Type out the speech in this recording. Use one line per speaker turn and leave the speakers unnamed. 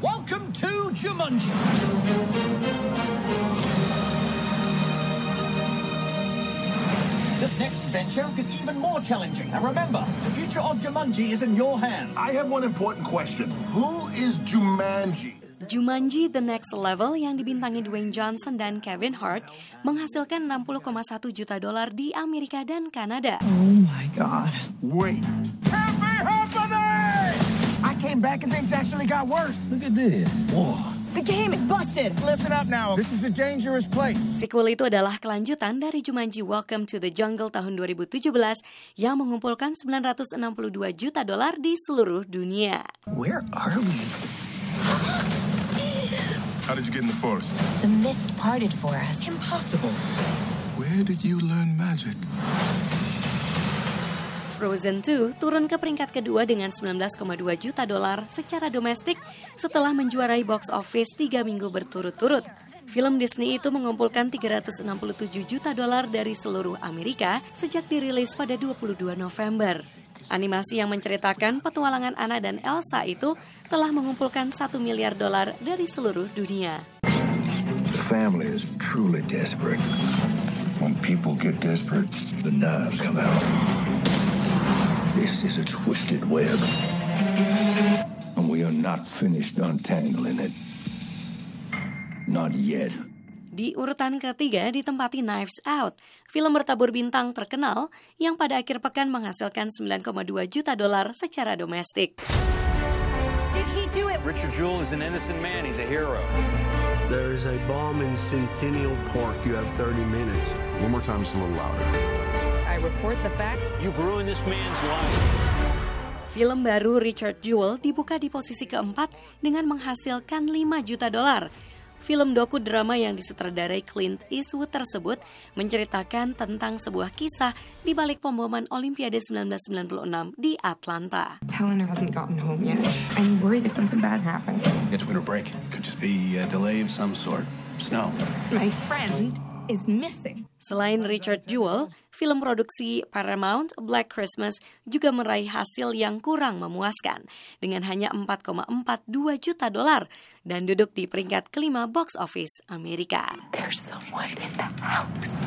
Welcome to Jumanji. This next adventure is even more challenging. And remember, the future of Jumanji is in your hands.
I have one important question. Who is Jumanji?
Jumanji The Next Level yang dibintangi Dwayne Johnson dan Kevin Hart menghasilkan 60,1 juta dolar di Amerika dan Kanada.
Oh my god.
Wait. Happy happening! I came back and things actually got worse.
Look at this.
The game is busted.
Listen up now. This is a dangerous place.
Sequel itu adalah kelanjutan dari Jumanji Welcome to the Jungle tahun 2017 yang mengumpulkan 962 juta dolar di seluruh dunia.
Where are we?
How did you get in the forest?
The mist parted for us.
Impossible.
Where did you learn magic?
Frozen 2 turun ke peringkat kedua dengan 19,2 juta dolar secara domestik setelah menjuarai box office 3 minggu berturut-turut. Film Disney itu mengumpulkan 367 juta dolar dari seluruh Amerika sejak dirilis pada 22 November. Animasi yang menceritakan petualangan Anna dan Elsa itu telah mengumpulkan 1 miliar dolar dari seluruh dunia.
The family is truly desperate. When people get desperate, the knives come out. This is a twisted web, and we are not finished untangling it. Not yet.
Di urutan ketiga ditempati Knives Out, film bertabur bintang terkenal yang pada akhir pekan menghasilkan 9,2 juta dolar secara domestik.
Did he do it?
Richard Jewell is an innocent man. He's a hero.
There is a bomb in Centennial Park. You have 30 minutes.
One more time, just a little louder.
I report the facts.
You've ruined this man's life.
Film baru Richard Jewell dibuka di posisi keempat dengan menghasilkan 5 juta dolar. Film doku drama yang disutradarai Clint Eastwood tersebut menceritakan tentang sebuah kisah di balik pemboman Olimpiade 1996 di Atlanta.
Helena hasn't gotten home yet. I'm worried that something bad happened.
It's a winter break. Could just be a delay of some sort. Snow.
My friend is missing.
Selain Richard Jewell, film produksi Paramount Black Christmas juga meraih hasil yang kurang memuaskan dengan hanya 4,42 juta dolar dan duduk di peringkat kelima box office Amerika.
There's someone in the house.